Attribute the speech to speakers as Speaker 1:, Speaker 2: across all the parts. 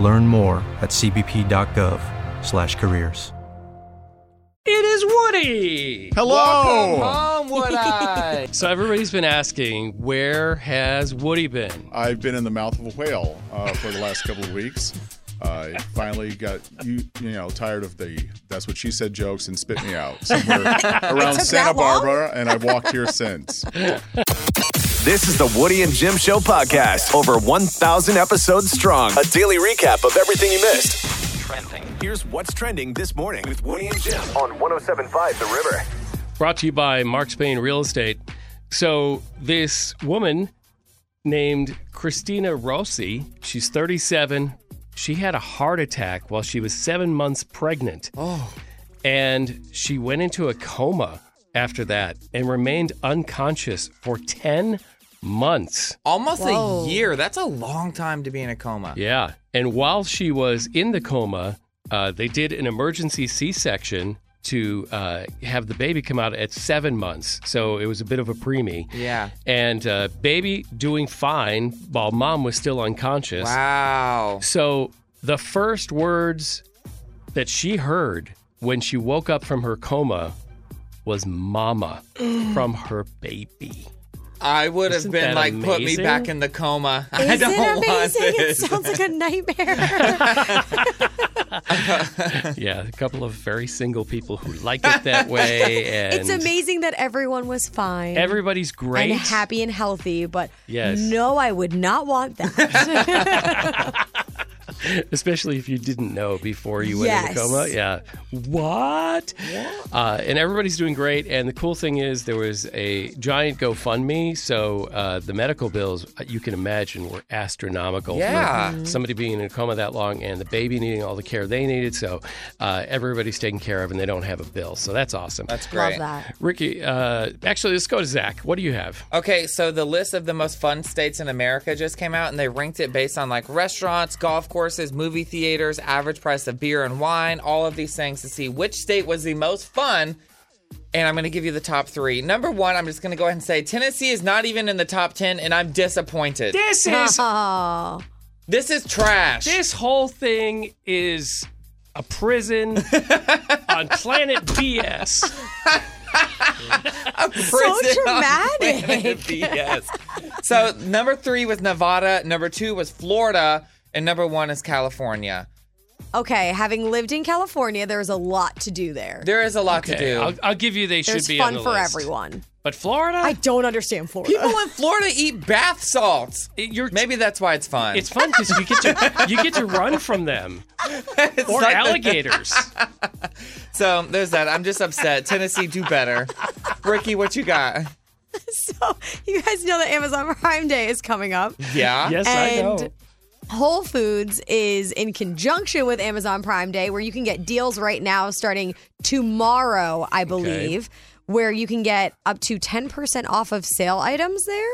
Speaker 1: Learn more at cbp.gov/careers.
Speaker 2: It is Woody.
Speaker 3: Hello.
Speaker 4: Welcome home, Wood Eye.
Speaker 2: So everybody's been asking, where has Woody been?
Speaker 3: I've been in the mouth of a whale uh, for the last couple of weeks. I finally got you, you know, tired of the "that's what she said" jokes and spit me out somewhere around Santa
Speaker 4: that long?
Speaker 3: Barbara, and I've walked here since.
Speaker 5: This is the Woody and Jim Show podcast, over 1,000 episodes strong. A daily recap of everything you missed. Trending. Here's what's trending this morning with Woody and Jim on 107.5 The River.
Speaker 2: Brought to you by Mark Spain Real Estate. So this woman named Christina Rossi, she's 37. She had a heart attack while she was seven months pregnant. Oh. And she went into a coma after that and remained unconscious for 10 months.
Speaker 4: Almost a year. That's a long time to be in a coma.
Speaker 2: Yeah. And while she was in the coma, uh, they did an emergency C section to uh, have the baby come out at seven months. So it was a bit of a preemie.
Speaker 4: Yeah.
Speaker 2: And uh, baby doing fine while mom was still unconscious.
Speaker 4: Wow.
Speaker 2: So the first words that she heard when she woke up from her coma was mama from her baby.
Speaker 4: I would have
Speaker 2: Isn't
Speaker 4: been
Speaker 2: that
Speaker 4: like, put me
Speaker 2: amazing?
Speaker 4: back in the coma. I
Speaker 6: Is
Speaker 4: don't
Speaker 6: it
Speaker 4: want
Speaker 6: amazing? It
Speaker 4: this.
Speaker 6: sounds like a nightmare.
Speaker 2: yeah, a couple of very single people who like it that way. And
Speaker 6: it's amazing that everyone was fine.
Speaker 2: Everybody's great.
Speaker 6: And happy and healthy, but
Speaker 2: Yes.
Speaker 6: no, I would not want that.
Speaker 2: especially if you didn't know before you went
Speaker 6: Yes.
Speaker 2: into coma. Yeah. What? Uh, and everybody's doing great. And the cool thing is, there was a giant GoFundMe, so uh, the medical bills uh, you can imagine were astronomical. for
Speaker 4: Yeah.
Speaker 2: Somebody being in a coma that long and the baby needing all the care they needed, so uh, everybody's taken care of, and they don't have a bill. So that's awesome.
Speaker 4: That's great.
Speaker 6: Love that.
Speaker 2: Ricky, uh, actually, let's go to Zach. What do you have?
Speaker 4: Okay, so the list of the most fun states in America just came out, and they ranked it based on like restaurants, golf courses, movie theaters, average price of beer and wine, all of these things to see which state was the most fun. And I'm going to give you the top three. Number one, I'm just going to go ahead and say Tennessee is not even in the top 10, and I'm disappointed.
Speaker 2: This is
Speaker 6: Oh,
Speaker 4: This is trash.
Speaker 2: This whole thing is a prison on planet BS.
Speaker 4: prison on
Speaker 6: dramatic.
Speaker 4: planet BS. so number three was Nevada, number two was Florida, and number one is California.
Speaker 6: okay. Having lived in California, there's a lot to do there.
Speaker 4: There is a lot to
Speaker 2: Okay,
Speaker 4: do.
Speaker 2: I'll, I'll give you they
Speaker 6: There's
Speaker 2: should be
Speaker 6: fun
Speaker 2: on the
Speaker 6: for
Speaker 2: list.
Speaker 6: everyone.
Speaker 2: But Florida,
Speaker 6: I don't understand Florida.
Speaker 4: People in Florida eat bath salts.
Speaker 2: it- you're
Speaker 4: Maybe that's why it's fun.
Speaker 2: it's fun because you get to you get to run from them or
Speaker 4: like-
Speaker 2: alligators.
Speaker 4: so there's that. I'm just upset. Tennessee, do better. Ricky, what you got?
Speaker 6: so you guys know that Amazon Prime Day is coming up.
Speaker 4: Yeah.
Speaker 2: yes, I know.
Speaker 6: And- Whole Foods is in conjunction with Amazon Prime Day, where you can get deals right now starting tomorrow, I believe, where you can get up to 10% off of sale items there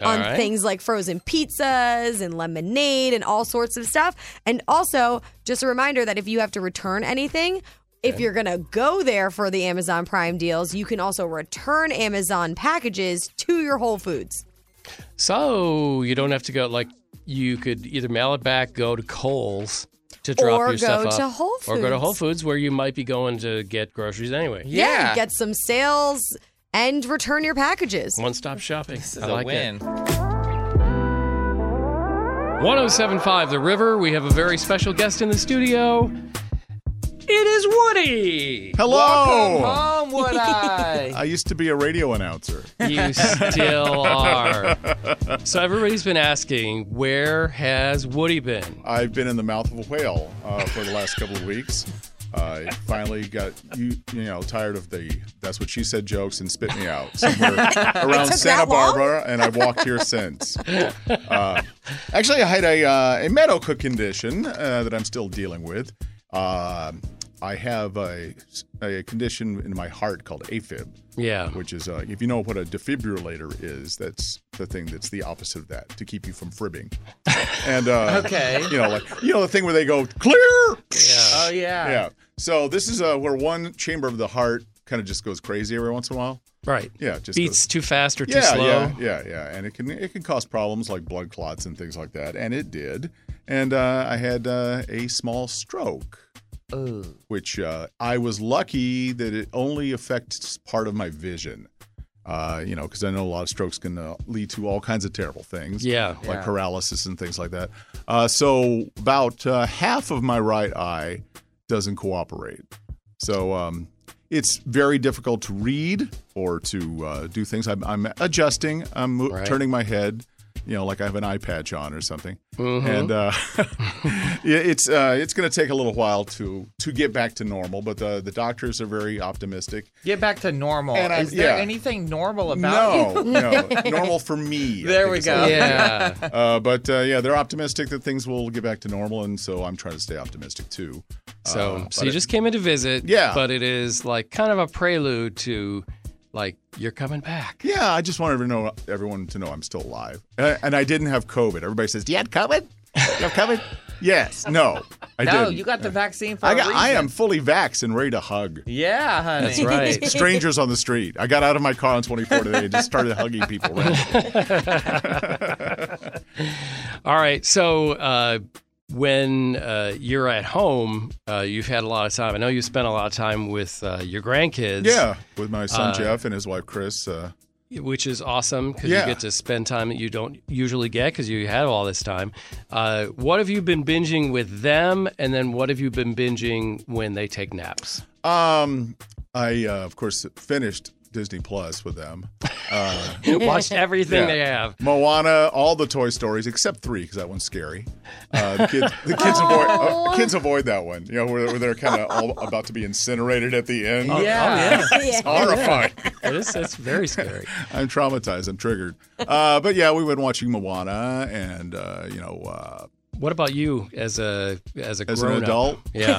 Speaker 6: on
Speaker 2: right.
Speaker 6: things like frozen pizzas and lemonade and all sorts of stuff. And also, just a reminder that if you have to return anything, if you're going to go there for the Amazon Prime deals, you can also return Amazon packages to your Whole Foods.
Speaker 2: So you don't have to go like you could either mail it back, go to Kohl's to drop
Speaker 6: Or
Speaker 2: your stuff
Speaker 6: go
Speaker 2: off,
Speaker 6: to Whole
Speaker 2: or go to Whole
Speaker 6: Foods.
Speaker 2: Foods where you might be going to get groceries anyway.
Speaker 4: Yeah.
Speaker 6: Get some sales and return your packages.
Speaker 2: One stop shopping.
Speaker 4: this is
Speaker 2: I
Speaker 4: a
Speaker 2: like it.
Speaker 4: win.
Speaker 2: 1075 The River. We have a very special guest in the studio. It It is Woody.
Speaker 4: Welcome
Speaker 3: Hello.
Speaker 4: home, would I?
Speaker 3: I used to be a radio announcer.
Speaker 2: You still are. So everybody's been asking, where has Woody been?
Speaker 3: I've been in the mouth of a whale uh, for the last couple of weeks. I finally got you, you know, tired of the "that's what she said" jokes and spit me out somewhere around Santa
Speaker 6: that long?
Speaker 3: Barbara, and I've walked here since. Uh, actually, I had a uh, a medical condition uh, that I'm still dealing with. Um I have a a condition in my heart called AFib,
Speaker 2: Yeah.
Speaker 3: which is uh, if you know what a defibrillator is, that's the thing that's the opposite of that to keep you from fribbing. And uh,
Speaker 4: Okay.
Speaker 3: you know, like you know the thing where they go clear. Uh,
Speaker 4: Oh yeah.
Speaker 3: Yeah. So this is uh, where one chamber of the heart kind of just goes crazy every once in a while.
Speaker 2: Right.
Speaker 3: Yeah, just
Speaker 2: Beats too fast or too
Speaker 3: Goes, yeah,
Speaker 2: slow.
Speaker 3: yeah, yeah, yeah, and it can it can cause problems like blood clots and things like that, and it did. And uh, I had uh, a small stroke,
Speaker 4: Ooh.
Speaker 3: which uh, I was lucky that it only affects part of my vision. Uh, you know, because I know a lot of strokes can uh, lead to all kinds of terrible things
Speaker 2: Yeah.
Speaker 3: like
Speaker 4: Yeah.
Speaker 3: paralysis and things like that. Uh, so about uh, half of my right eye doesn't cooperate. So um, it's very difficult to read or to uh, do things. I'm, I'm adjusting. I'm mo-
Speaker 2: Right.
Speaker 3: turning my head. You know, like I have an eye patch on or something.
Speaker 2: Mhm.
Speaker 3: And uh, yeah, it's uh, it's going to take a little while to to get back to normal. But the the doctors are very optimistic.
Speaker 4: Get back to normal.
Speaker 3: And I-
Speaker 4: Is there
Speaker 3: yeah.
Speaker 4: anything normal about you?
Speaker 3: No, no, normal for me. I
Speaker 4: There
Speaker 3: think
Speaker 4: we
Speaker 3: is
Speaker 4: go.
Speaker 3: all-
Speaker 2: Yeah.
Speaker 3: uh, but uh, yeah, they're optimistic that things will get back to normal, and so I'm trying to stay optimistic too.
Speaker 2: So,
Speaker 3: Uh,
Speaker 2: so
Speaker 3: but
Speaker 2: you
Speaker 3: it-
Speaker 2: just came in to visit.
Speaker 3: Yeah.
Speaker 2: But it is like kind of a prelude to like you're coming back.
Speaker 3: yeah, I just want everyone to know, everyone to know I'm still alive, and I, and I didn't have COVID. Everybody says, "Do you have COVID? You have COVID?" yes. No, I
Speaker 4: No,
Speaker 3: didn't.
Speaker 4: you got the vaccine for
Speaker 3: I,
Speaker 4: a
Speaker 3: got, I
Speaker 4: reason.
Speaker 3: am fully vaxxed and ready to hug
Speaker 4: Yeah, honey.
Speaker 2: That's right.
Speaker 3: strangers on the street. I got out of my car on 24 today and just started hugging people. Right?
Speaker 2: All right. So uh, when uh, you're at home, uh, you've had a lot of time. I know you spent a lot of time with uh, your grandkids.
Speaker 3: Yeah, with my son
Speaker 2: Uh,
Speaker 3: Jeff and his wife Chris. Uh,
Speaker 2: Which is awesome because
Speaker 3: Yeah.
Speaker 2: you get to spend time that you don't usually get because you have all this time. Uh, what have you been binging with them, and then what have you been binging when they take naps?
Speaker 3: um, I uh, of course finished Disney Plus with them. Uh,
Speaker 2: Watch everything
Speaker 3: Yeah.
Speaker 2: they have.
Speaker 3: Moana, all the Toy Stories except three because that one's scary. Uh, the kids, the kids avoid uh, the kids avoid that one. You know where, where they're kind of all about to be incinerated at the end.
Speaker 4: Yeah.
Speaker 3: oh,
Speaker 6: Yeah.
Speaker 3: Horrifying.
Speaker 2: It is, it's very scary.
Speaker 3: I'm traumatized. I'm triggered. Uh, but yeah, we've been watching Moana, and uh, you know, uh,
Speaker 2: What about you as a as a
Speaker 3: as
Speaker 2: grown
Speaker 3: an adult,
Speaker 2: Yeah,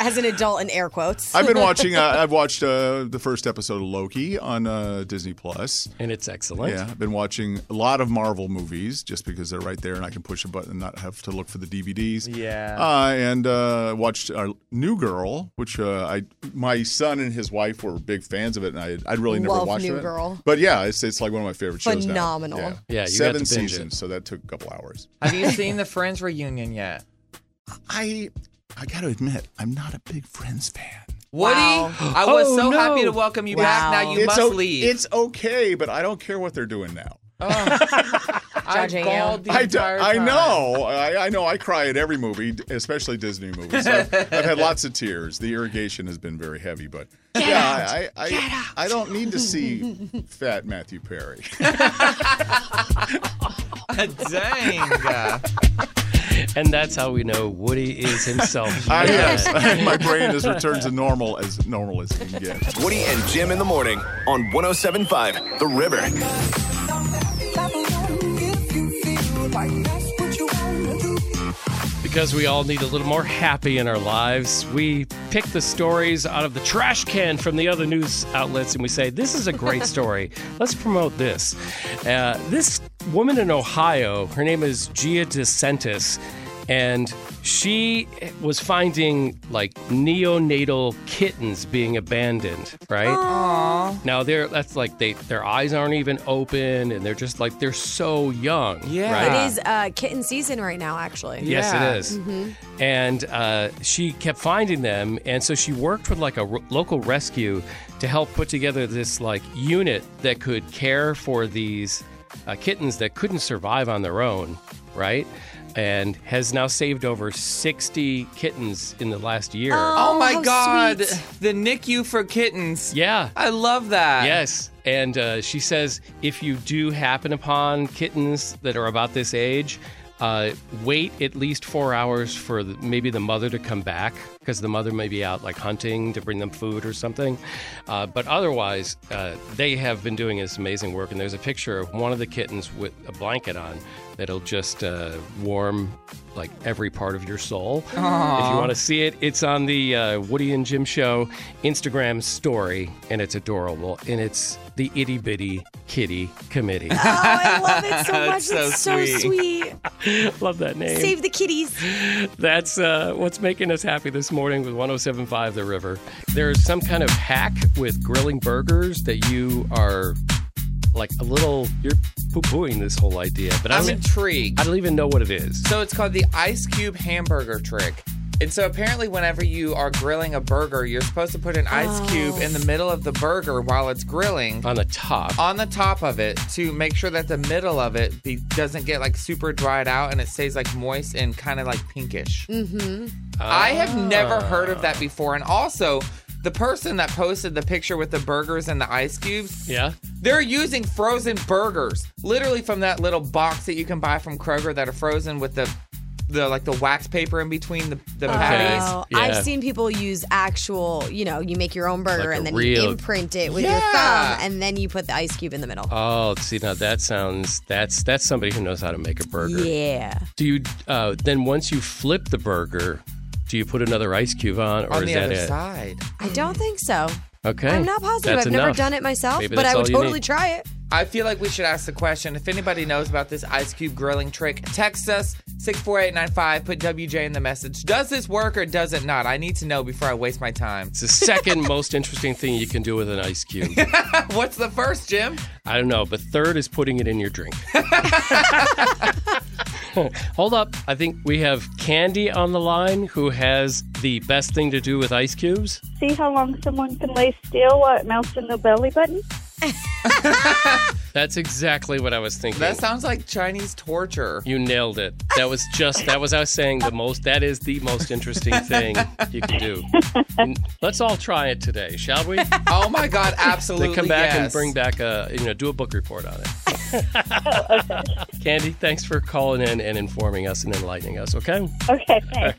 Speaker 6: As an adult, in air quotes.
Speaker 3: I've been watching. Uh, I've watched uh, the first episode of Loki on uh, Disney Plus.
Speaker 2: and it's excellent.
Speaker 3: Yeah, I've been watching a lot of Marvel movies just because they're right there and I can push a button and not have to look for the DVDs.
Speaker 4: Yeah.
Speaker 3: Uh, and uh, watched our New Girl, which uh, I my son and his wife were big fans of it, and I I'd really never
Speaker 6: Love
Speaker 3: watched
Speaker 6: New
Speaker 3: it.
Speaker 6: Girl.
Speaker 3: But yeah, it's it's like one of my favorite shows. now.
Speaker 6: Phenomenal.
Speaker 3: Yeah,
Speaker 2: Yeah, you
Speaker 3: seven
Speaker 2: got to binge it.
Speaker 3: seasons, so that took a couple hours.
Speaker 4: Have you seen the Friends reunion yet?
Speaker 3: I I got to admit, I'm not a big Friends fan.
Speaker 4: Woody,
Speaker 6: Wow.
Speaker 4: I was
Speaker 2: Oh,
Speaker 4: so
Speaker 2: no.
Speaker 4: happy to welcome you
Speaker 6: Wow.
Speaker 4: back. Now you
Speaker 3: it's
Speaker 4: must
Speaker 3: o-
Speaker 4: leave.
Speaker 3: It's okay, but I don't care what they're doing now.
Speaker 4: I
Speaker 6: Judging you.
Speaker 4: called the
Speaker 3: I, d-
Speaker 4: entire
Speaker 3: I
Speaker 4: time.
Speaker 3: know. I, I know. I cry at every movie, d- especially Disney movies. I've, I've had lots of tears. The irrigation has been very heavy, but yeah, I, I, I, I don't need to see fat Matthew Perry.
Speaker 4: Dang.
Speaker 2: And that's how we know Woody is himself.
Speaker 3: I,
Speaker 2: Yeah.
Speaker 3: yes, uh, my brain has returned to normal as normal as it can get.
Speaker 5: Woody and Jim in the morning on 1075 The River.
Speaker 2: Because we all need a little more happy in our lives, we pick the stories out of the trash can from the other news outlets and we say, This is a great story. Let's promote this. Uh, this woman in Ohio, her name is Gia DeSantis, and she was finding like neonatal kittens being abandoned, right? Now they're that's like they their eyes aren't even open and they're just like they're so young.
Speaker 4: Yeah.
Speaker 2: Right?
Speaker 4: It
Speaker 6: It is uh, kitten season right now, actually.
Speaker 2: Yes,
Speaker 4: Yeah.
Speaker 2: it is.
Speaker 4: Mm-hmm.
Speaker 2: And uh, she kept finding them, and so she worked with like a r- local rescue to help put together this like unit that could care for these uh, kittens that couldn't survive on their own, right? and has now saved over 60 kittens in the last year.
Speaker 4: Oh, my
Speaker 6: how
Speaker 4: God.
Speaker 6: sweet.
Speaker 4: The NICU for kittens.
Speaker 2: Yeah.
Speaker 4: I love that.
Speaker 2: Yes. And uh, she says if you do happen upon kittens that are about this age, uh, wait at least four hours for the, maybe the mother to come back because the mother may be out like hunting to bring them food or something. Uh, but otherwise, uh, they have been doing this amazing work. And there's a picture of one of the kittens with a blanket on that'll just uh, warm like every part of your soul. If you want to see it, it's on the uh, Woody and Jim Show Instagram story, and it's adorable. And it's the itty bitty kitty committee.
Speaker 6: Oh, I love it so much.
Speaker 4: That's so
Speaker 6: That's so
Speaker 4: sweet.
Speaker 6: sweet.
Speaker 2: Love that name.
Speaker 6: Save the kitties.
Speaker 2: That's uh, what's making us happy this morning with 1075 The River. There's some kind of hack with grilling burgers that you are like a little, you're poo pooing this whole idea, but I
Speaker 4: I'm
Speaker 2: don't,
Speaker 4: intrigued.
Speaker 2: I don't even know what it is.
Speaker 4: So it's called the ice cube hamburger trick. And so apparently, whenever you are grilling a burger, you're supposed to put an ice
Speaker 6: Oh.
Speaker 4: cube in the middle of the burger while it's grilling.
Speaker 2: On the top.
Speaker 6: Uh,
Speaker 4: on the top of it to make sure that the middle of it be, doesn't get like super dried out and it stays like moist and kind of like pinkish. I have never heard of
Speaker 2: Ah.
Speaker 4: that before. And also, the person that posted the picture with the burgers and the ice cubes,
Speaker 2: Yeah.
Speaker 4: they're using frozen burgers, literally from that little box that you can buy from Kroger that are frozen with the the like the wax paper in between the, the patties.
Speaker 6: Oh,
Speaker 2: Yeah.
Speaker 6: I've seen people use actual, you know, you make your own burger
Speaker 2: Like a
Speaker 6: and then
Speaker 2: real-
Speaker 6: you imprint it with your
Speaker 4: Yeah.
Speaker 6: thumb and then you put the ice cube in the middle.
Speaker 2: Oh, see now that sounds that's that's somebody who knows how to make a burger.
Speaker 6: yeah.
Speaker 2: Do you uh, then once you flip the burger, do you put another ice cube on, or
Speaker 4: On
Speaker 2: is
Speaker 4: the
Speaker 2: that
Speaker 4: other
Speaker 2: it?
Speaker 4: side.
Speaker 6: I don't think so.
Speaker 2: Okay,
Speaker 6: I'm not positive.
Speaker 2: That's
Speaker 6: I've never
Speaker 2: enough.
Speaker 6: done it myself,
Speaker 2: Maybe
Speaker 6: but
Speaker 2: that's
Speaker 6: I would
Speaker 2: all you
Speaker 6: totally
Speaker 2: need.
Speaker 6: try it.
Speaker 4: I feel like we should ask the question. If anybody knows about this ice cube grilling trick, text us 64895. Put WJ in the message. Does this work or does it not? I need to know before I waste my time.
Speaker 2: It's the second most interesting thing you can do with an ice cube.
Speaker 4: What's the first, Jim?
Speaker 2: I don't know, but third is putting it in your drink. Hold up, I think we have Candy on the line who has the best thing to do with ice cubes.
Speaker 7: see how long someone can lay still while it melts in their belly button?
Speaker 2: That's exactly what I was thinking.
Speaker 4: That sounds like Chinese torture.
Speaker 2: You nailed it. That was just that was I was saying the most that is the most interesting thing you can do. And let's all try it today, shall we? Then
Speaker 4: Oh my God, absolutely.
Speaker 2: come back and
Speaker 4: yes.
Speaker 2: bring back a you know, do a book report on it. Candy, thanks for calling in and informing us and enlightening us, okay?
Speaker 7: Okay, thanks.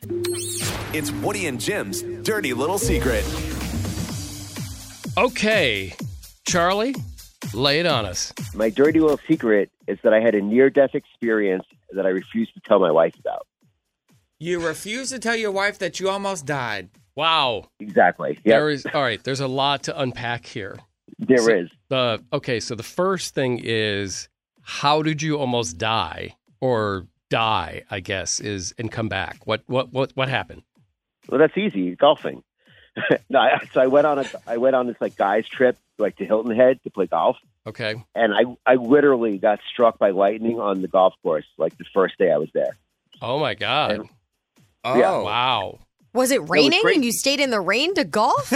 Speaker 5: It's Woody and Jim's dirty little secret.
Speaker 2: Okay. Charlie, lay it on us.
Speaker 8: My dirty little secret is that I had a near death experience that I refused to tell my wife about.
Speaker 4: You refuse to tell your wife that you almost died.
Speaker 2: Wow.
Speaker 8: Exactly.
Speaker 2: There
Speaker 8: Yeah,
Speaker 2: is all right, there's a lot to unpack here.
Speaker 8: there is.
Speaker 2: The okay, so the first thing is how did you almost die or die? I guess is and come back. What what what what happened?
Speaker 8: Well, that's easy. Golfing. no, I, so I went on a I went on this like guys trip like to Hilton Head to play golf,
Speaker 2: Okay,
Speaker 8: and I I literally got struck by lightning on the golf course like the first day I was there.
Speaker 2: oh my god,
Speaker 4: Oh,
Speaker 8: Yeah.
Speaker 2: wow,
Speaker 6: Was it raining
Speaker 8: crazy.
Speaker 6: and you stayed in the rain to golf?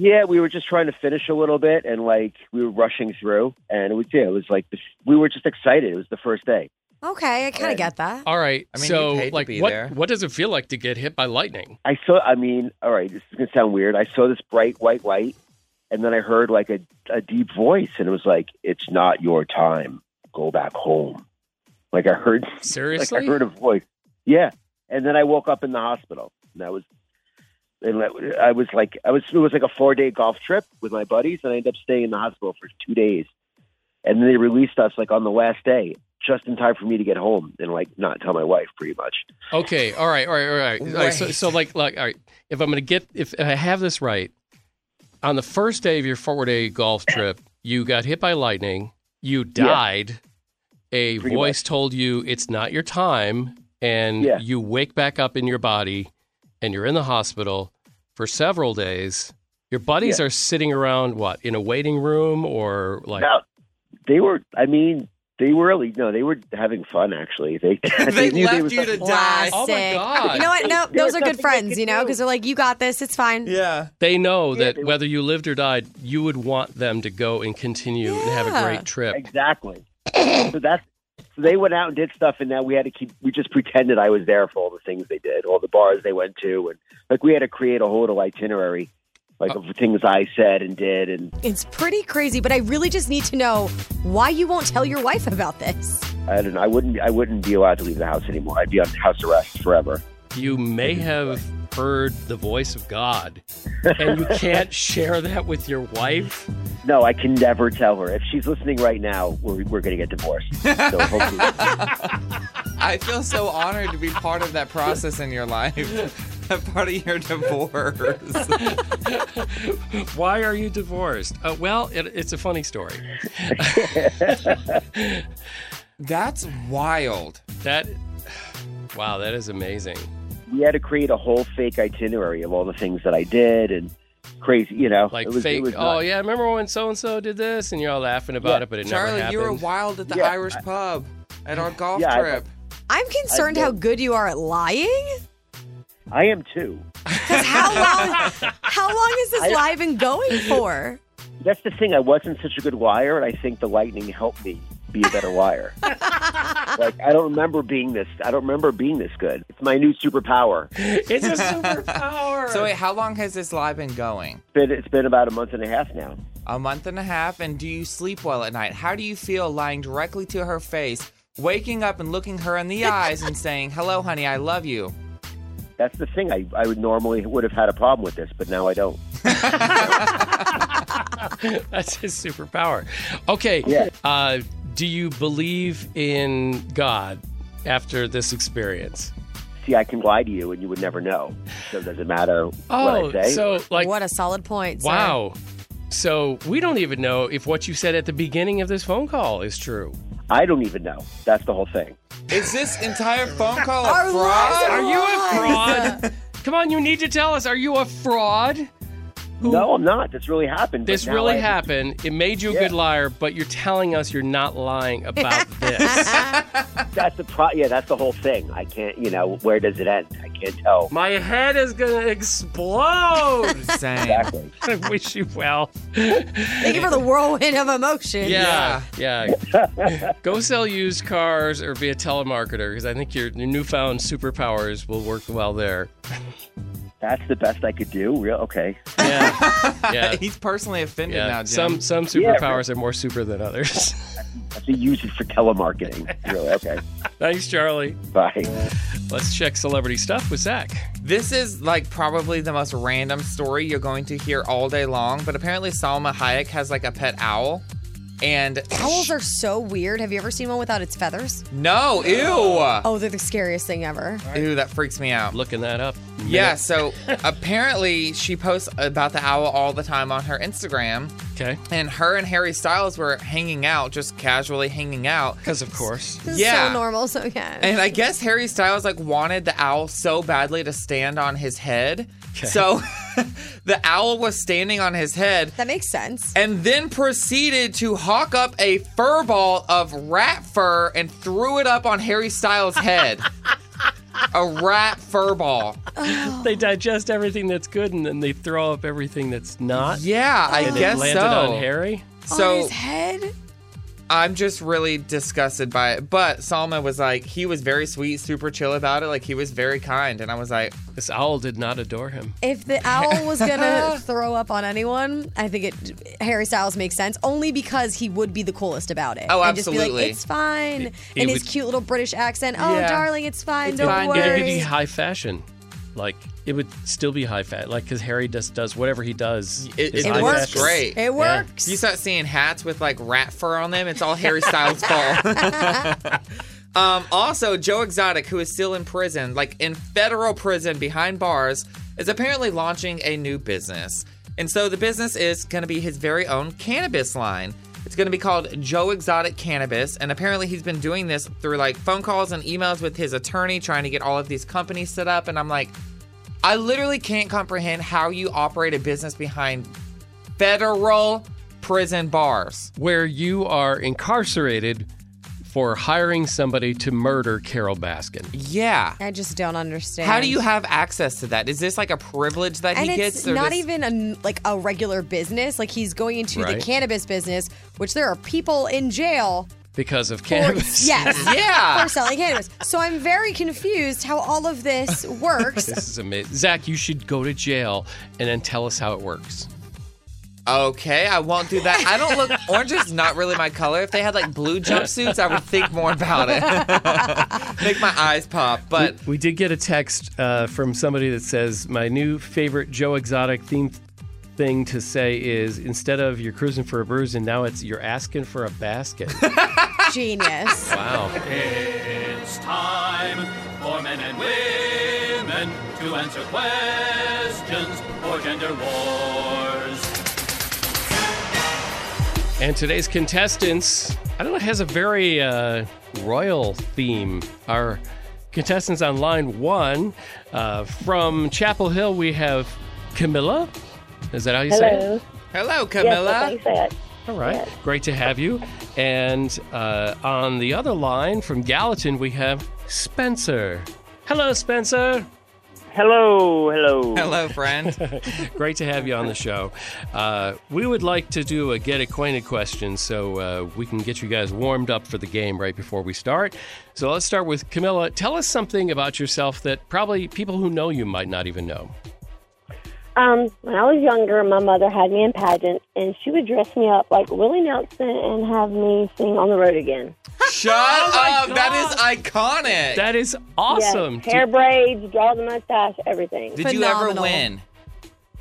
Speaker 8: Yeah, we were just trying to finish a little bit, and like we were rushing through, and it was yeah, it was like this, we were just excited. It was the first day.
Speaker 6: okay, I kind of get that.
Speaker 2: all right.
Speaker 4: I mean,
Speaker 2: so
Speaker 4: you paid to
Speaker 2: like,
Speaker 4: be
Speaker 2: what
Speaker 4: there.
Speaker 2: what does it feel like to get hit by lightning?
Speaker 8: I saw. I mean, all right, this is gonna sound weird. I saw this bright white light, and then I heard like a, a deep voice, and it was like, "It's not your time. Go back home." Like I heard, like
Speaker 2: Seriously,
Speaker 8: I heard a voice. Yeah, and then I woke up in the hospital, and that was, and that- I was like, I was it was like a four day golf trip with my buddies, and I ended up staying in the hospital for two days, and then they released us like on the last day, just in time for me to get home and like not tell my wife, pretty much.
Speaker 2: okay, all right, all right, all right. All right, so,
Speaker 4: Wait.
Speaker 2: so like like all right, if I'm gonna get if I have this right, on the first day of your four day golf trip, you got hit by lightning, you died. A
Speaker 8: Pretty
Speaker 2: voice told you it's not your time, and
Speaker 8: Yeah.
Speaker 2: you wake back up in your body, and you're in the hospital for several days. Your buddies
Speaker 8: Yeah.
Speaker 2: are sitting around what in a waiting room or like
Speaker 8: No, they were. I mean, they were really no. They were having fun actually. They
Speaker 4: they
Speaker 8: knew
Speaker 4: left
Speaker 8: was
Speaker 4: you to
Speaker 8: something-
Speaker 4: die.
Speaker 2: Oh my
Speaker 6: Sick.
Speaker 2: God.
Speaker 6: You know what? No,
Speaker 8: There's
Speaker 6: those are
Speaker 8: nothing
Speaker 6: good
Speaker 8: they
Speaker 6: friends,
Speaker 8: could
Speaker 6: you know,
Speaker 8: do.
Speaker 6: because they're like, you got this, it's fine.
Speaker 4: Yeah.
Speaker 2: they know
Speaker 8: Yeah,
Speaker 2: that
Speaker 8: they-
Speaker 2: whether you lived or died, you would want them to go and continue and have a
Speaker 6: Yeah.
Speaker 2: great trip.
Speaker 8: Exactly. so that's So they went out and did stuff, and now we had to keep. We just pretended I was there for all the things they did, all the bars they went to, and like we had to create a whole little itinerary, like of things I said and did, and
Speaker 6: It's pretty crazy, but I really just need to know why you won't tell your wife about this.
Speaker 8: I don't know. I wouldn't. I wouldn't be allowed to leave the house anymore. I'd be on house arrest forever.
Speaker 2: You may have heard the voice of God, and you can't share that with your wife.
Speaker 8: No, I can never tell her. If she's listening right now, we're, we're going to get divorced. So hopefully,
Speaker 4: I feel so honored to be part of that process in your life, a part of your divorce.
Speaker 2: Why are you divorced? Uh, well, it, it's a funny story.
Speaker 4: That's wild.
Speaker 2: That, wow, that is amazing.
Speaker 8: we had to create a whole fake itinerary of all the things that I did and crazy. You know,
Speaker 2: Like
Speaker 8: it was,
Speaker 2: fake.
Speaker 8: It was
Speaker 2: oh
Speaker 8: nuts.
Speaker 2: yeah, remember when so and so did this, and you're all laughing about it, but it never
Speaker 4: Charlie,
Speaker 2: happened.
Speaker 4: you were wild at the
Speaker 8: Yeah,
Speaker 4: Irish pub at our golf
Speaker 8: Yeah, I-
Speaker 4: trip.
Speaker 6: I'm concerned
Speaker 8: I-
Speaker 6: how good you are at lying.
Speaker 8: I am too.
Speaker 6: Because how long, how long has this lie been going for?
Speaker 8: That's the thing. I wasn't such a good liar, and I think the lightning helped me be a better liar. like I don't remember being this. I don't remember being this good. It's my new superpower.
Speaker 2: it's a superpower.
Speaker 4: so wait, how long has this lie been going?
Speaker 8: It's been, it's been about a month and a half now.
Speaker 4: A month and a half, and do you sleep well at night? How do you feel lying directly to her face, waking up and looking her in the eyes and saying, "Hello, honey, I love you."
Speaker 8: That's the thing. I, I would normally would have had a problem with this, but now I don't.
Speaker 2: That's his superpower. Okay.
Speaker 8: Yeah.
Speaker 2: Uh, do you believe in God after this experience?
Speaker 8: See, I can lie to you, and you would never know. So it doesn't matter
Speaker 2: Oh,
Speaker 8: what I say.
Speaker 2: so like,
Speaker 6: what a solid point. sir.
Speaker 2: wow. So we don't even know if what you said at the beginning of this phone call is true.
Speaker 8: I don't even know. That's the whole thing.
Speaker 4: Is this entire phone call
Speaker 6: Our
Speaker 4: a
Speaker 6: lives
Speaker 4: fraud?
Speaker 2: Are you a
Speaker 6: Lies.
Speaker 2: fraud? Come on, you need to tell us. Are you a fraud? Who-
Speaker 8: No, I'm not. This really happened. but
Speaker 2: This
Speaker 8: now
Speaker 2: really
Speaker 8: I-
Speaker 2: happened. It made you a
Speaker 8: Yeah.
Speaker 2: good liar, but you're telling us you're not lying about this.
Speaker 8: That's the pro. Yeah, that's the whole thing. I can't. You know, where does it end? I can't tell.
Speaker 2: My head is going to explode.
Speaker 4: Same.
Speaker 8: Exactly.
Speaker 2: I wish you well.
Speaker 6: Thank you for the whirlwind of emotion.
Speaker 2: Yeah, yeah. Go sell used cars or be a telemarketer because I think your, your newfound superpowers will work well there.
Speaker 8: that's the best I could do. Real okay.
Speaker 2: Yeah, yeah,
Speaker 4: He's personally offended now,
Speaker 2: yeah. Some
Speaker 4: Jim.
Speaker 2: some
Speaker 8: Yeah, right.
Speaker 2: superpowers are more super than others.
Speaker 8: I have to use it for telemarketing. Really okay.
Speaker 2: Thanks, Charlie.
Speaker 8: Bye.
Speaker 2: Let's check celebrity stuff with Zach.
Speaker 4: This is like probably the most random story you're going to hear all day long, but apparently Salma Hayek has like a pet owl. And
Speaker 6: Owls are so weird. Have you ever seen one without its feathers?
Speaker 4: no, ew.
Speaker 6: Oh, they're the scariest thing ever.
Speaker 4: Ew, that freaks me out.
Speaker 2: Looking that up.
Speaker 4: Yeah, so apparently she posts about the owl all the time on her Instagram.
Speaker 2: Okay.
Speaker 4: And her and Harry Styles were hanging out, just casually hanging out.
Speaker 2: Because of course.
Speaker 6: This
Speaker 4: Yeah.
Speaker 6: is so normal. So yeah.
Speaker 4: And I guess Harry Styles like wanted the owl so badly to stand on his head. So the owl was standing on his head
Speaker 6: that makes sense.
Speaker 4: and then proceeded to hawk up a fur ball of rat fur and threw it up on Harry Styles' head. a rat fur ball.
Speaker 2: They digest everything that's good and then they throw up everything that's not.
Speaker 4: Yeah, I
Speaker 2: And it
Speaker 4: guess
Speaker 2: landed
Speaker 4: so.
Speaker 2: on Harry.
Speaker 6: On
Speaker 4: So
Speaker 6: his head.
Speaker 4: I'm just really disgusted by it. But Salma was like, he was very sweet, super chill about it. Like he was very kind, and I was like,
Speaker 2: This owl did not adore him.
Speaker 6: If the owl was gonna throw up on anyone, I think it Harry Styles makes sense only because he would be the coolest about it.
Speaker 4: Oh,
Speaker 6: And just be
Speaker 4: absolutely.
Speaker 6: like, it's fine.
Speaker 2: he
Speaker 6: and
Speaker 2: would-
Speaker 6: his cute little British accent. Oh,
Speaker 4: Yeah.
Speaker 6: darling, it's fine.
Speaker 4: It's
Speaker 6: Don't
Speaker 4: fine,
Speaker 2: It
Speaker 6: worry.
Speaker 2: would be high fashion. Like it would still be high fat, like because Harry just does whatever he does.
Speaker 4: It-
Speaker 2: is
Speaker 4: it
Speaker 2: high
Speaker 4: works.
Speaker 2: fashion.
Speaker 4: Great. Yeah.
Speaker 6: It works.
Speaker 4: You start seeing hats with like rat fur on them. It's all Harry Styles' fault. um, also, Joe Exotic, who is still in prison, like in federal prison behind bars, is apparently launching a new business. And so the business is going to be his very own cannabis line. It's going to be called Joe Exotic Cannabis. And apparently, he's been doing this through like phone calls and emails with his attorney, trying to get all of these companies set up. And I'm like, I literally can't comprehend how you operate a business behind federal prison bars.
Speaker 2: Where you are incarcerated for hiring somebody to murder Carol Baskin.
Speaker 4: Yeah.
Speaker 6: I just don't understand.
Speaker 4: How do you have access to that? Is this like a privilege that
Speaker 6: and
Speaker 4: he
Speaker 6: it's
Speaker 4: gets? or
Speaker 6: not
Speaker 4: this-
Speaker 6: even a, like a regular business. Like he's going into
Speaker 2: Right.
Speaker 6: the cannabis business, which there are people in jail
Speaker 2: because of
Speaker 9: For-
Speaker 2: cannabis.
Speaker 9: yes.
Speaker 4: Yeah.
Speaker 9: For selling cannabis. So I'm very confused how all of this works.
Speaker 2: This is amazing. Zach, you should go to jail and then tell us how it works.
Speaker 4: Okay, I won't do that. I don't look. Orange is not really my color. If they had like blue jumpsuits, I would think more about it. Make my eyes pop. But
Speaker 2: We did get a text uh, from somebody that says, My new favorite Joe Exotic themed thing to say is instead of you're cruising for a bruise and now it's you're asking for a basket.
Speaker 9: Genius.
Speaker 2: wow.
Speaker 6: It's time for men and women to answer questions for gender wars.
Speaker 2: And today's contestants, I don't know, has a very uh, royal theme. Our contestants on line one uh, from Chapel Hill, we have Camilla. Is that how you say it?
Speaker 10: Hello.
Speaker 4: hello,
Speaker 10: Yes, that's
Speaker 4: Camilla.
Speaker 10: how you say it.
Speaker 2: All right. Great to have you. And uh, on the other line from Gallatin, we have Spencer. Hello, Spencer.
Speaker 11: Hello, hello.
Speaker 4: Hello, friend.
Speaker 2: Great to have you on the show. Uh, we would like to do a get acquainted question so uh, we can get you guys warmed up for the game right before we start. So let's start with Camilla. Tell us something about yourself that probably people who know you might not even know.
Speaker 10: Um, when I was younger, my mother had me in pageants, and she would dress me up like Willie Nelson and have me sing on the road again.
Speaker 4: Shut up. That is iconic.
Speaker 2: That is awesome.
Speaker 10: Yes, hair braids, draw the mustache, everything.
Speaker 4: Did you ever
Speaker 9: Phenomenal.
Speaker 4: win?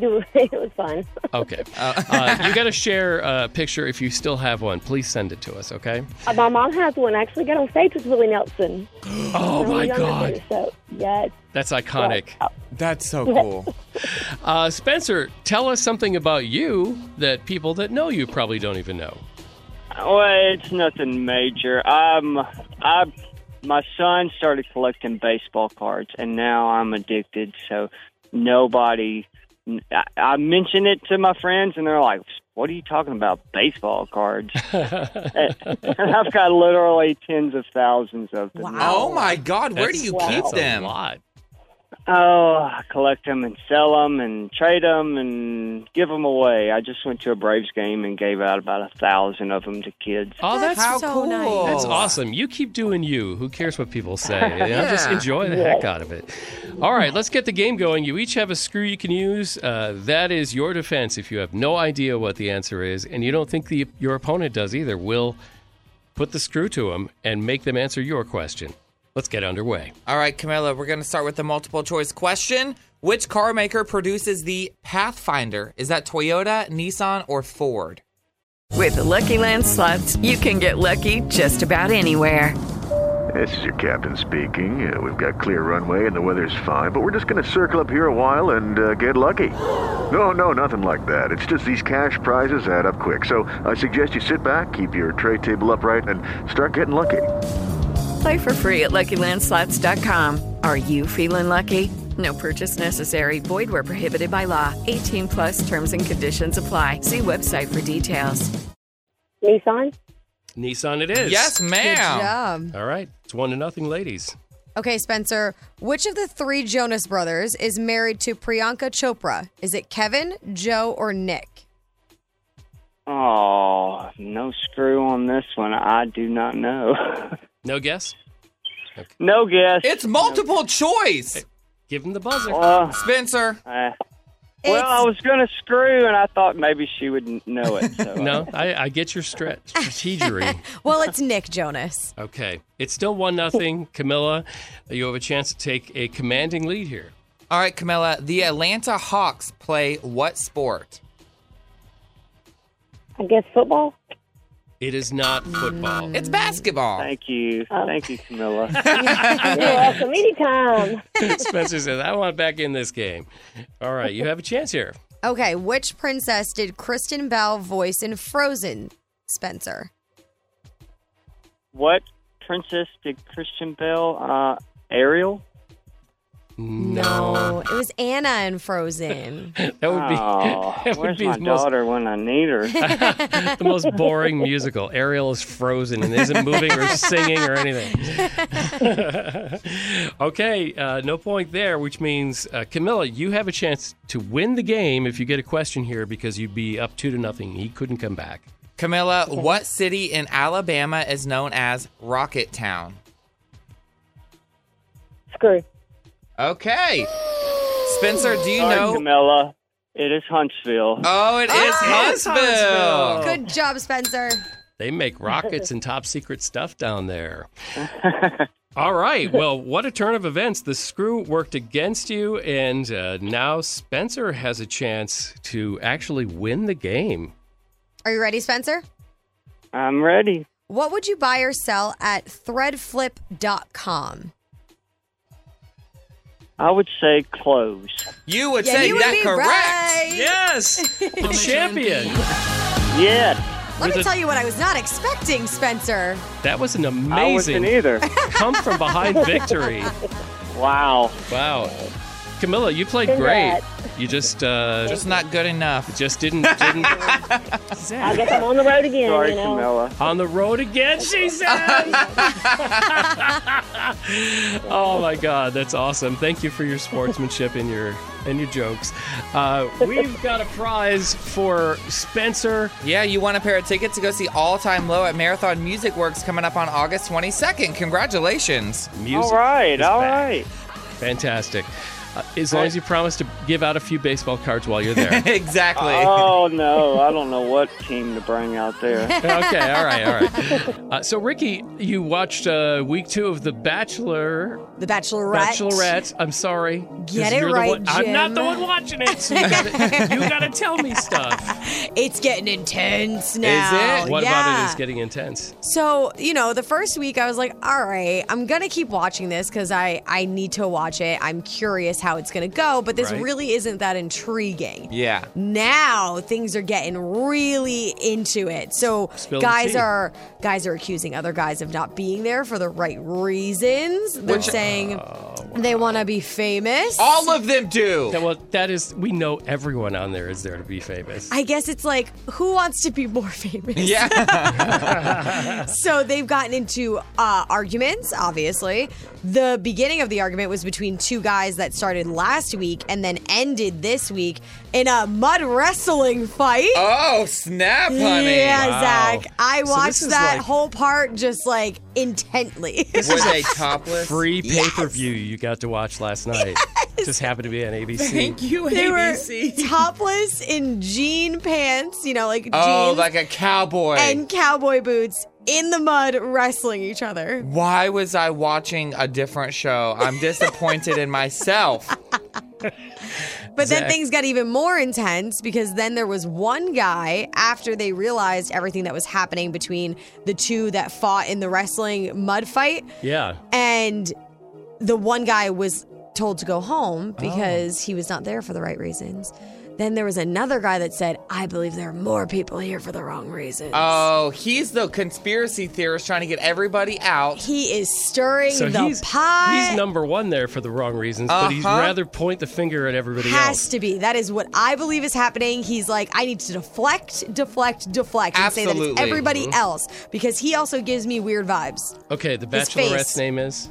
Speaker 10: It was fun.
Speaker 2: Okay. Uh, you got to share a picture if you still have one. Please send it to us, okay?
Speaker 10: Uh, My mom has one. I actually got on stage with Willie Nelson.
Speaker 2: Oh,
Speaker 10: When I
Speaker 2: my
Speaker 10: was younger,
Speaker 2: God.
Speaker 10: So, yes.
Speaker 2: That's iconic.
Speaker 4: That's so cool.
Speaker 2: Uh, Spencer, tell us something about you that people that know you probably don't even know.
Speaker 6: Well, it's nothing major. I'm, I, my son started collecting baseball cards, and now I'm addicted. So nobody, I, I mention it to my friends, and they're like, "What are you talking about? Baseball cards?" and I've got literally tens of thousands of them.
Speaker 9: Wow.
Speaker 4: Oh my God, where do
Speaker 2: That's-
Speaker 4: you
Speaker 2: wow.
Speaker 4: keep
Speaker 2: That's
Speaker 4: them?
Speaker 2: A lot.
Speaker 6: Oh, I collect them and sell them and trade them and give them away. I just went to a Braves game and gave out about a thousand of them to kids.
Speaker 2: Oh, that's
Speaker 4: How
Speaker 9: so
Speaker 4: cool.
Speaker 9: nice.
Speaker 2: that's awesome. You keep doing you. Who cares what people say? You know, Just
Speaker 4: Yeah.
Speaker 2: enjoy the heck out of it. All right, let's get the game going. You each have a screw you can use. Uh, that is your defense. If you have no idea what the answer is, and you don't think the your opponent does either, we'll put the screw to them and make them answer your question. Let's get underway.
Speaker 4: All right, Camilla, we're going to start with the multiple choice question. Which car maker produces the Pathfinder? Is that Toyota, Nissan, or Ford?
Speaker 12: With the Lucky Land slots, you can get lucky just about anywhere.
Speaker 5: This is your captain speaking. Uh, we've got clear runway and the weather's fine, but we're just going to circle up here a while and uh, get lucky. No, no, nothing like that. It's just these cash prizes add up quick. So I suggest you sit back, keep your tray table upright, and start getting lucky.
Speaker 12: Play for free at LuckyLandSlots.com. Are you feeling lucky? No purchase necessary. Void where prohibited by law. 18 plus terms and conditions apply. See website for details.
Speaker 10: Nissan?
Speaker 2: Nissan, it is.
Speaker 4: Yes,
Speaker 9: Good
Speaker 4: ma'am.
Speaker 9: job.
Speaker 2: All right, it's one to nothing, ladies.
Speaker 9: Okay, Spencer, which of the three Jonas brothers is married to Priyanka Chopra? Is it Kevin, Joe, or Nick?
Speaker 6: Oh, no screw on this one. I do not know.
Speaker 2: No guess.
Speaker 6: no guess.
Speaker 4: It's multiple choice.
Speaker 2: Give him the buzzer.
Speaker 6: Uh,
Speaker 4: Spencer,
Speaker 6: eh.
Speaker 9: It's-
Speaker 6: well, I was going to screw, and I thought maybe she would n- know it. So uh,
Speaker 2: No, I, I get your stra- strategery.
Speaker 9: Well, it's Nick Jonas.
Speaker 2: Okay, it's still one nothing, Camilla. You have a chance to take a commanding lead here.
Speaker 4: All right, Camilla, the Atlanta Hawks play what sport?
Speaker 10: I guess football?
Speaker 2: It is not football.
Speaker 6: Mm.
Speaker 4: It's basketball.
Speaker 6: Thank you. Thank you, Camilla.
Speaker 10: Oh. You're welcome. Anytime.
Speaker 2: Spencer says, "I want back in this game." All right, you have a chance here.
Speaker 9: Okay, which princess did Kristen Bell voice in Frozen, Spencer?
Speaker 6: what princess did Christian Bell? Uh, Ariel?
Speaker 9: No, Oh, it was Anna in Frozen.
Speaker 2: That would be
Speaker 6: Oh,
Speaker 2: that would
Speaker 6: where's
Speaker 2: be
Speaker 6: my
Speaker 2: the most,
Speaker 6: daughter when I need her?
Speaker 2: the most boring musical. Ariel is frozen and isn't moving or singing or anything. okay, uh, no point there, which means uh, Camilla, you have a chance to win the game if you get a question here because you'd be up two to nothing. He couldn't come back.
Speaker 4: Camilla, what city in Alabama is known as Rocket Town?
Speaker 7: Screw.
Speaker 4: Okay. Spencer, do you
Speaker 13: Sorry,
Speaker 4: know?
Speaker 13: Camilla, it is Huntsville.
Speaker 4: Oh, it is
Speaker 6: Ah!
Speaker 4: Huntsville.
Speaker 6: Good job, Spencer.
Speaker 2: They make rockets and top secret stuff down there. All right. Well, what a turn of events. The screw worked against you, and uh, now Spencer has a chance to actually win the game.
Speaker 6: Are you ready, Spencer?
Speaker 13: I'm ready.
Speaker 6: What would you buy or sell at threadflip.com?
Speaker 13: I would say clothes.
Speaker 4: You would
Speaker 6: Yeah,
Speaker 4: say
Speaker 6: you would
Speaker 4: that
Speaker 6: be
Speaker 4: correct.
Speaker 6: right.
Speaker 2: Yes, the champion.
Speaker 13: Yes.
Speaker 6: Let
Speaker 2: With
Speaker 6: me
Speaker 2: a-
Speaker 6: tell you what I was not expecting, Spencer.
Speaker 2: That was an amazing.
Speaker 13: I wasn't either.
Speaker 2: Come from behind victory.
Speaker 13: Wow.
Speaker 2: Wow. Camilla, you played
Speaker 7: Congrats.
Speaker 2: great. You just uh,
Speaker 4: Just not good enough.
Speaker 2: just didn't didn't
Speaker 7: I guess I'm on the road again.
Speaker 13: Sorry,
Speaker 7: you know.
Speaker 13: Camilla.
Speaker 2: on the road again. She says. oh my God, that's awesome! Thank you for your sportsmanship and your and your jokes. Uh, we've got a prize for Spencer.
Speaker 4: Yeah, you won a pair of tickets to go see All Time Low at Marathon Music Works coming up on August 22nd. Congratulations.
Speaker 2: Music
Speaker 13: All right,
Speaker 2: is
Speaker 13: all
Speaker 2: back.
Speaker 13: right.
Speaker 2: fantastic. Uh, as long as you promise to give out a few baseball cards while you're there.
Speaker 4: exactly.
Speaker 6: Uh,
Speaker 13: Oh no, I don't know what team to bring out there.
Speaker 2: okay, all right, all right. Uh, so, Ricky, you watched uh, week two of The Bachelor.
Speaker 6: The Bachelorette.
Speaker 2: Bachelorette. I'm sorry. 'cause
Speaker 6: Get it
Speaker 2: you're the
Speaker 6: right,
Speaker 2: one- I'm not the
Speaker 6: Jim.
Speaker 2: one watching it. So you, gotta, you gotta tell me stuff.
Speaker 6: It's getting intense now.
Speaker 2: What about
Speaker 6: Yeah.
Speaker 2: it is getting intense?
Speaker 6: So, you know, the first week I was like, all right, I'm going to keep watching this because I, I need to watch it. I'm curious how it's going to go, but this
Speaker 2: Right.
Speaker 6: really isn't that intriguing.
Speaker 4: Yeah.
Speaker 6: Now things are getting really into it. So
Speaker 2: Spill the
Speaker 6: guys
Speaker 2: tea.
Speaker 6: are guys are accusing other guys of not being there for the right reasons. They're saying
Speaker 2: uh,
Speaker 6: they want to be famous.
Speaker 2: Oh,
Speaker 4: All of them do.
Speaker 2: That- well, that is, we know everyone on there is there to be famous.
Speaker 6: I guess it's like who wants to be more famous?
Speaker 4: Yeah.
Speaker 6: So they've gotten into uh, arguments, obviously. The beginning of the argument was between two guys that started last week and then ended this week in a mud wrestling fight.
Speaker 4: oh, snap, honey.
Speaker 6: yeah,
Speaker 2: Wow.
Speaker 6: Zach. I
Speaker 2: So
Speaker 6: watched
Speaker 2: this is
Speaker 6: that
Speaker 2: like-
Speaker 6: whole part just like intently.
Speaker 4: Were they topless?
Speaker 2: Free pay per view you got to watch last night. Just happened to be on ABC.
Speaker 4: Thank you,
Speaker 6: they were
Speaker 4: ABC.
Speaker 6: topless in jean pants, you know, like
Speaker 4: oh,
Speaker 6: jeans
Speaker 4: like a cowboy.
Speaker 6: and cowboy boots in the mud wrestling each other.
Speaker 4: Why was I watching a different show? I'm disappointed in myself.
Speaker 6: But then
Speaker 2: Zach.
Speaker 6: things got even more intense because then there was one guy after they realized everything that was happening between the two that fought in the wrestling mud fight.
Speaker 2: Yeah.
Speaker 6: And the one guy was told to go home
Speaker 2: Oh.
Speaker 6: because he was not there for the right reasons. Then there was another guy that said, I believe there are more people here for the wrong reasons.
Speaker 4: Oh, he's the conspiracy theorist trying to get everybody out.
Speaker 6: he is stirring
Speaker 2: So
Speaker 6: the
Speaker 2: he's,
Speaker 6: pot.
Speaker 2: he's number one there for the wrong reasons, but he's
Speaker 4: Uh-huh.
Speaker 2: rather point the finger at everybody
Speaker 6: has
Speaker 2: else.
Speaker 6: to be. That is what I believe is happening. He's like, I need to deflect, deflect, deflect, and say that it's
Speaker 4: Absolutely.
Speaker 6: everybody
Speaker 2: Mm-hmm.
Speaker 6: else because he also gives me weird vibes.
Speaker 2: Okay, the
Speaker 6: His face.
Speaker 2: Bachelorette's name is?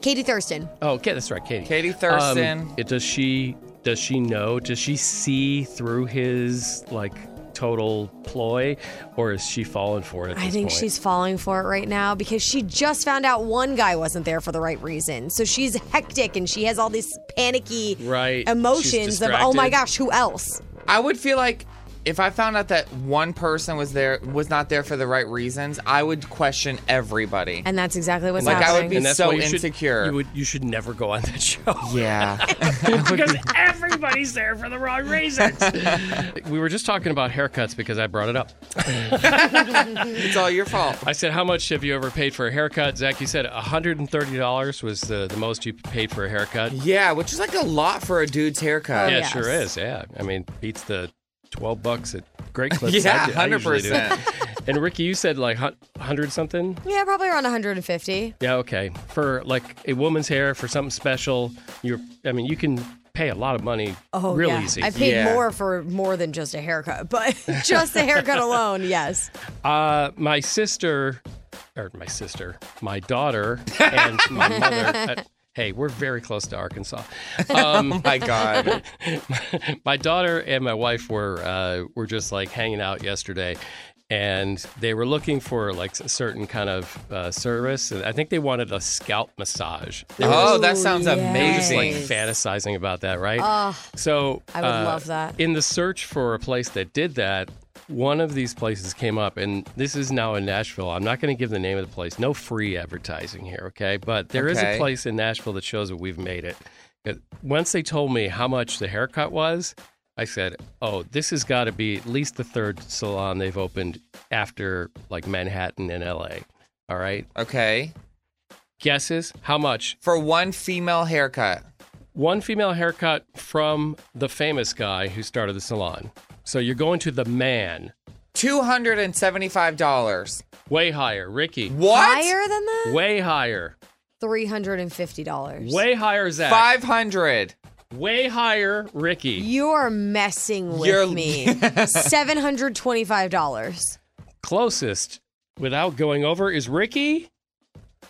Speaker 6: Katie Thurston.
Speaker 2: Oh, okay, that's right, Katie.
Speaker 4: Katie Thurston.
Speaker 2: it, does she does she know? Does she see through his like total ploy, or is she falling for it? At
Speaker 6: I
Speaker 2: this
Speaker 6: think
Speaker 2: point?
Speaker 6: she's falling for it right now because she just found out one guy wasn't there for the right reason. So she's hectic and she has all these panicky
Speaker 2: Right. She's
Speaker 6: emotions of, oh my
Speaker 2: distracted."
Speaker 6: gosh, who else?
Speaker 4: I would feel like if I found out that one person was there was not there for the right reasons, I would question everybody.
Speaker 6: And that's exactly what's
Speaker 4: Like, I would
Speaker 6: happening.
Speaker 4: be
Speaker 2: And that's
Speaker 4: so
Speaker 2: why you should-
Speaker 4: insecure.
Speaker 2: you would you should never go on that show.
Speaker 4: yeah.
Speaker 2: because everybody's there for the wrong reasons. we were just talking about haircuts because I brought it up.
Speaker 4: it's all your fault.
Speaker 2: I said, "How much have you ever paid for a haircut?" Zach, you said $130 was the, the most you paid for a haircut.
Speaker 4: Yeah, which is like a lot for a dude's haircut.
Speaker 2: yeah,
Speaker 6: Oh, yes.
Speaker 2: sure is. Yeah, I mean, beats the twelve bucks at Great Clips.
Speaker 4: Yeah,
Speaker 2: I do- I usually do.
Speaker 4: 100%.
Speaker 2: And Ricky, you said like hundred something.
Speaker 6: yeah, probably around 150.
Speaker 2: Yeah, okay. For like a woman's hair for something special, you're. I mean, you can pay a lot of money
Speaker 6: Oh,
Speaker 2: real
Speaker 6: yeah.
Speaker 2: easy.
Speaker 6: I paid
Speaker 4: Yeah.
Speaker 6: more for more than just a haircut, but just the haircut alone, yes.
Speaker 2: Uh, my sister, or my sister, my daughter, and my mother. uh, hey, we're very close to Arkansas. Um,
Speaker 4: Oh My God.
Speaker 2: my daughter and my wife were uh, were just like hanging out yesterday, and they were looking for like a certain kind of uh, service. And I think they wanted a scalp massage. They were
Speaker 4: Oh, that sounds Ooh,
Speaker 2: they were Just like
Speaker 4: yes.
Speaker 2: fantasizing about that, right?
Speaker 6: Ah,
Speaker 2: so uh,
Speaker 6: I would love that.
Speaker 2: In the search for a place that did that, one of these places came up, and this is now in Nashville. I'm not going to give the name of the place. No free advertising here, okay? But there is
Speaker 4: Okay.
Speaker 2: a place in Nashville that shows that we've made it. But Once they told me how much the haircut was, I said, "Oh, this has got to be at least the third salon they've opened after like Manhattan and LA." All right.
Speaker 4: Okay.
Speaker 2: Guesses how much
Speaker 4: for one female haircut?
Speaker 2: One female haircut from the famous guy who started the salon. So you're going to the man.
Speaker 4: Two hundred and seventy-five dollars.
Speaker 2: Way higher, Ricky.
Speaker 6: Higher than that?
Speaker 2: Way higher.
Speaker 6: Three hundred and fifty dollars.
Speaker 2: Way higher, Zach.
Speaker 4: Five hundred.
Speaker 2: Way higher, Ricky.
Speaker 6: You are messing with
Speaker 2: You're-
Speaker 6: me. Seven hundred twenty-five dollars.
Speaker 2: Closest, without going over, is Ricky.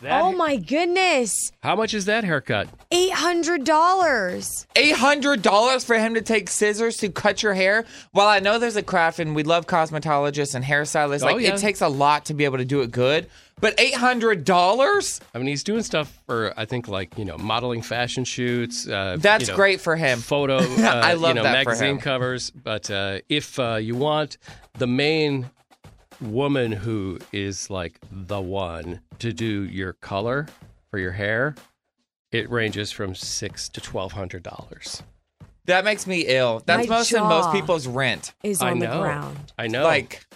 Speaker 2: That-
Speaker 6: Oh my goodness,
Speaker 2: How much is that haircut?
Speaker 6: eight hundred dollars.
Speaker 4: Eight hundred dollars for him to take scissors to cut your hair. Well, I know there's a craft, and we love cosmetologists and hairstylists.
Speaker 2: Oh,
Speaker 4: Like
Speaker 2: yeah.
Speaker 4: it takes a lot to be able to do it good, but eight hundred dollars.
Speaker 2: I mean, he's doing stuff for I think like you know modeling fashion shoots. Uh,
Speaker 4: That's
Speaker 2: you know,
Speaker 4: great for him.
Speaker 2: Photo. Uh,
Speaker 4: I love
Speaker 2: you know,
Speaker 4: that for
Speaker 2: magazine
Speaker 4: him.
Speaker 2: covers. But uh, if uh, you want the main woman who is like the one to do your color for your hair, it ranges from six to twelve hundred dollars.
Speaker 4: That makes me ill. That's
Speaker 6: My
Speaker 4: most than most
Speaker 6: jaw
Speaker 4: people's rent.
Speaker 6: Is
Speaker 2: I
Speaker 6: on the
Speaker 2: know.
Speaker 6: ground.
Speaker 2: I know.
Speaker 4: Like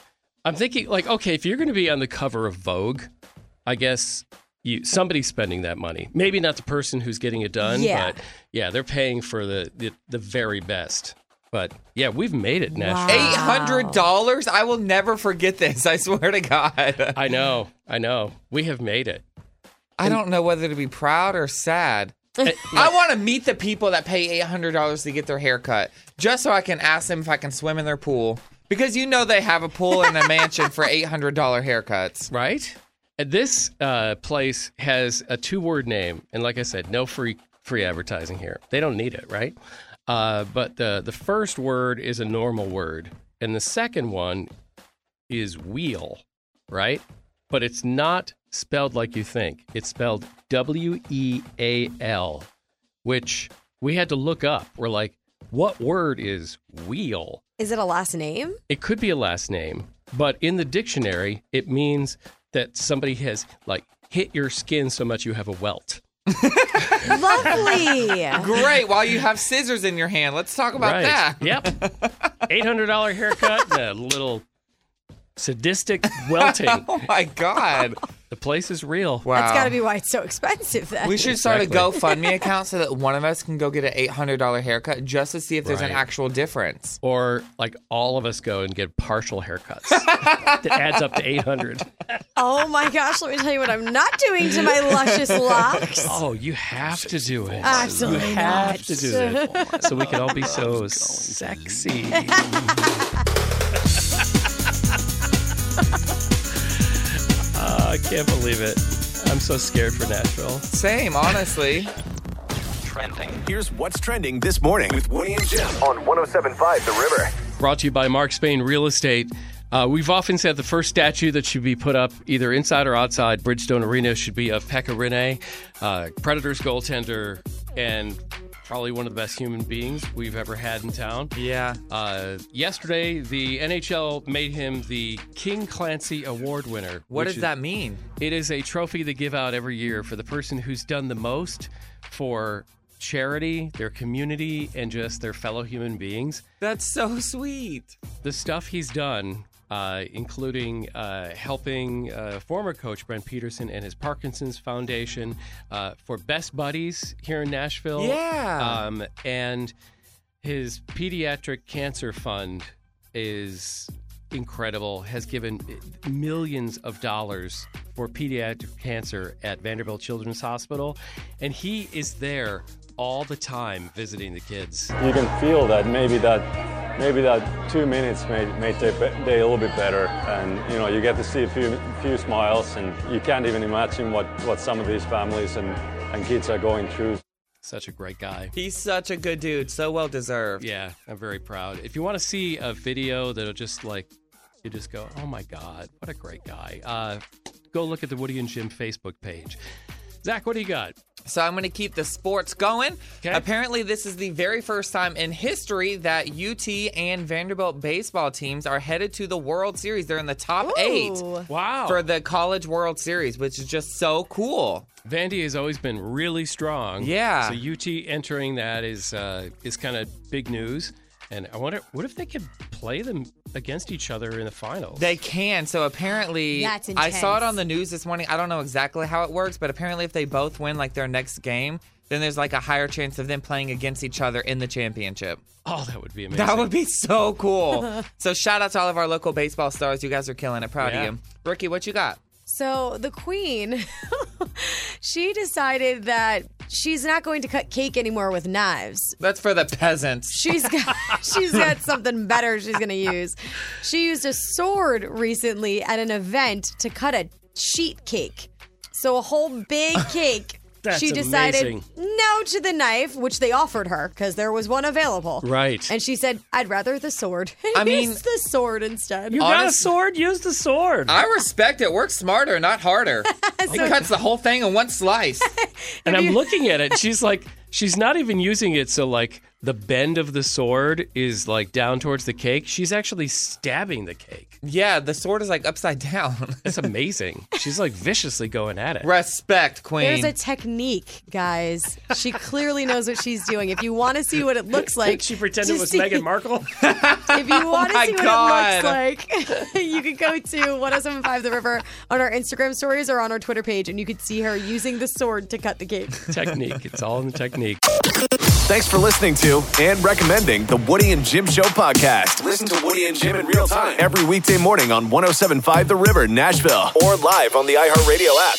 Speaker 2: I'm thinking like, okay, if you're going to be on the cover of Vogue, I guess you somebody's spending that money. Maybe not the person who's getting it done,
Speaker 6: Yeah.
Speaker 2: but yeah, they're paying for the the, the very best. But yeah, we've made it, Nashville.
Speaker 4: eight hundred dollars. I will never forget this. I swear to God.
Speaker 2: I know, I know, we have made it.
Speaker 4: I don't know whether to be proud or sad. I want to meet the people that pay eight hundred dollars to get their hair cut, just so I can ask them if I can swim in their pool. Because you know they have a pool in a mansion for eight hundred dollar haircuts.
Speaker 2: right? And this uh, place has a two-word name, and like I said, no free free advertising here. They don't need it, right? Uh, but the the first word is a normal word, and the second one is wheel, right? But it's not spelled like you think. It's spelled W E A L, which we had to look up. We're like, what word is wheel?
Speaker 6: Is it a last name?
Speaker 2: It could be a last name, but in the dictionary, it means that somebody has like hit your skin so much you have a welt.
Speaker 6: Lovely.
Speaker 4: Great. While you have scissors in your hand, let's talk about
Speaker 2: right.
Speaker 4: that.
Speaker 2: Yep. Eight hundred dollar haircut, and a little sadistic welting.
Speaker 4: Oh my God.
Speaker 2: The place is real.
Speaker 4: Wow.
Speaker 6: That's got to be why it's so expensive. Then
Speaker 4: We should start
Speaker 2: Exactly.
Speaker 4: a GoFundMe account so that one of us can go get an eight hundred dollar haircut just to see if there's an
Speaker 2: Right.
Speaker 4: actual difference.
Speaker 2: Or like all of us go and get partial haircuts. that adds up to eight hundred.
Speaker 6: Oh my gosh, let me tell you what I'm not doing to my luscious locks.
Speaker 2: Oh, you have to do it.
Speaker 6: Absolutely
Speaker 2: you have
Speaker 6: not.
Speaker 2: to do that. So we can all be so sexy. Ah, I can't believe it. I'm so scared for Nashville.
Speaker 4: Same, honestly.
Speaker 5: Trending. Here's what's trending this morning with Woody and Jim on 107.5 The River.
Speaker 2: Brought to you by Mark Spain Real Estate. Uh, we've often said the first statue that should be put up either inside or outside Bridgestone Arena should be of Pekka Rinne, uh, Predators goaltender, and probably one of the best human beings we've ever had in town.
Speaker 4: Yeah.
Speaker 2: Uh, yesterday, the NHL made him the King Clancy Award winner.
Speaker 4: What
Speaker 2: which
Speaker 4: does
Speaker 2: is-
Speaker 4: that mean?
Speaker 2: It is a trophy they give out every year for the person who's done the most for charity, their community, and just their fellow human beings.
Speaker 4: That's so sweet.
Speaker 2: The stuff he's done, uh, including uh, helping uh, former coach Brent Peterson and his Parkinson's Foundation uh, for Best Buddies here in Nashville.
Speaker 4: Yeah.
Speaker 2: Um, and his pediatric cancer fund is incredible has given millions of dollars for pediatric cancer at vanderbilt children's hospital and he is there all the time visiting the kids
Speaker 14: you can feel that maybe that maybe that two minutes made made their be- day a little bit better and you know you get to see a few few smiles and you can't even imagine what what some of these families and and kids are going through
Speaker 2: such a great guy
Speaker 4: He's such a good dude. So well deserved.
Speaker 2: Yeah, I'm very proud. If you want to see a video that'll just like You just go, oh my God, what a great guy. Uh, go look at the Woody and Jim Facebook page. Zach, what do you got?
Speaker 4: So I'm going to keep the sports going. Apparently, this is the very first time in history that UT and Vanderbilt baseball teams are headed to the World Series. They're in the top eight.
Speaker 2: Wow.
Speaker 4: For the College World Series, which is just so cool.
Speaker 2: Vandy has always been really strong.
Speaker 4: Yeah.
Speaker 2: So UT entering that is uh, is kind of big news. And I wonder, what if they could play them against each other in the finals?
Speaker 4: They can. So apparently,
Speaker 2: That's
Speaker 4: I saw it
Speaker 2: intense.
Speaker 4: on the news this morning. I don't know exactly how it works, but apparently, if they both win like their next game, then there's like a higher chance of them playing against each other in the championship.
Speaker 2: Oh, that would be amazing.
Speaker 4: That would be so cool. so shout out to all of our local baseball stars. You guys are killing it. Proud
Speaker 2: Yeah.
Speaker 4: of you, Ricky. What you got?
Speaker 6: So the queen, she decided that she's not going to cut cake anymore with knives.
Speaker 4: That's for the peasants.
Speaker 6: She's got she's got something better she's going to use. She used a sword recently at an event to cut a sheet cake. So a whole big cake.
Speaker 2: That's
Speaker 6: she decided
Speaker 2: amazing.
Speaker 6: no to the knife, which they offered her because there was one available.
Speaker 2: Right.
Speaker 6: And she said, "I'd rather the sword."
Speaker 4: I mean-
Speaker 6: Used the sword instead.
Speaker 2: sword? Use the sword.
Speaker 4: I respect it. Work smarter, not harder. it cuts the whole thing in one slice.
Speaker 2: and I'm looking at it. She's like, she's not even using it. So like, the bend of the sword is like down towards the cake. She's actually stabbing the cake.
Speaker 4: Yeah, the sword is like upside down.
Speaker 2: That's amazing. she's like viciously going at it.
Speaker 4: Respect, queen.
Speaker 6: There's a technique, guys. She clearly knows what she's doing. If you want to see what it looks like,
Speaker 2: She pretended
Speaker 6: just
Speaker 2: it was
Speaker 6: see-
Speaker 2: Meghan Markle.
Speaker 6: If you want to
Speaker 4: Oh my
Speaker 6: see what
Speaker 4: God.
Speaker 6: it looks like, you can go to 1075 The River on our Instagram stories or on our Twitter page, and you could see her using the sword to cut the cake.
Speaker 2: technique. It's all in the technique.
Speaker 5: Thanks for listening to and recommending the Woody and Jim Show podcast. Listen to Woody and Jim in real time every weekday morning on 1075 The River, Nashville, or live on the iHeartRadio app.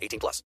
Speaker 15: 18 plus.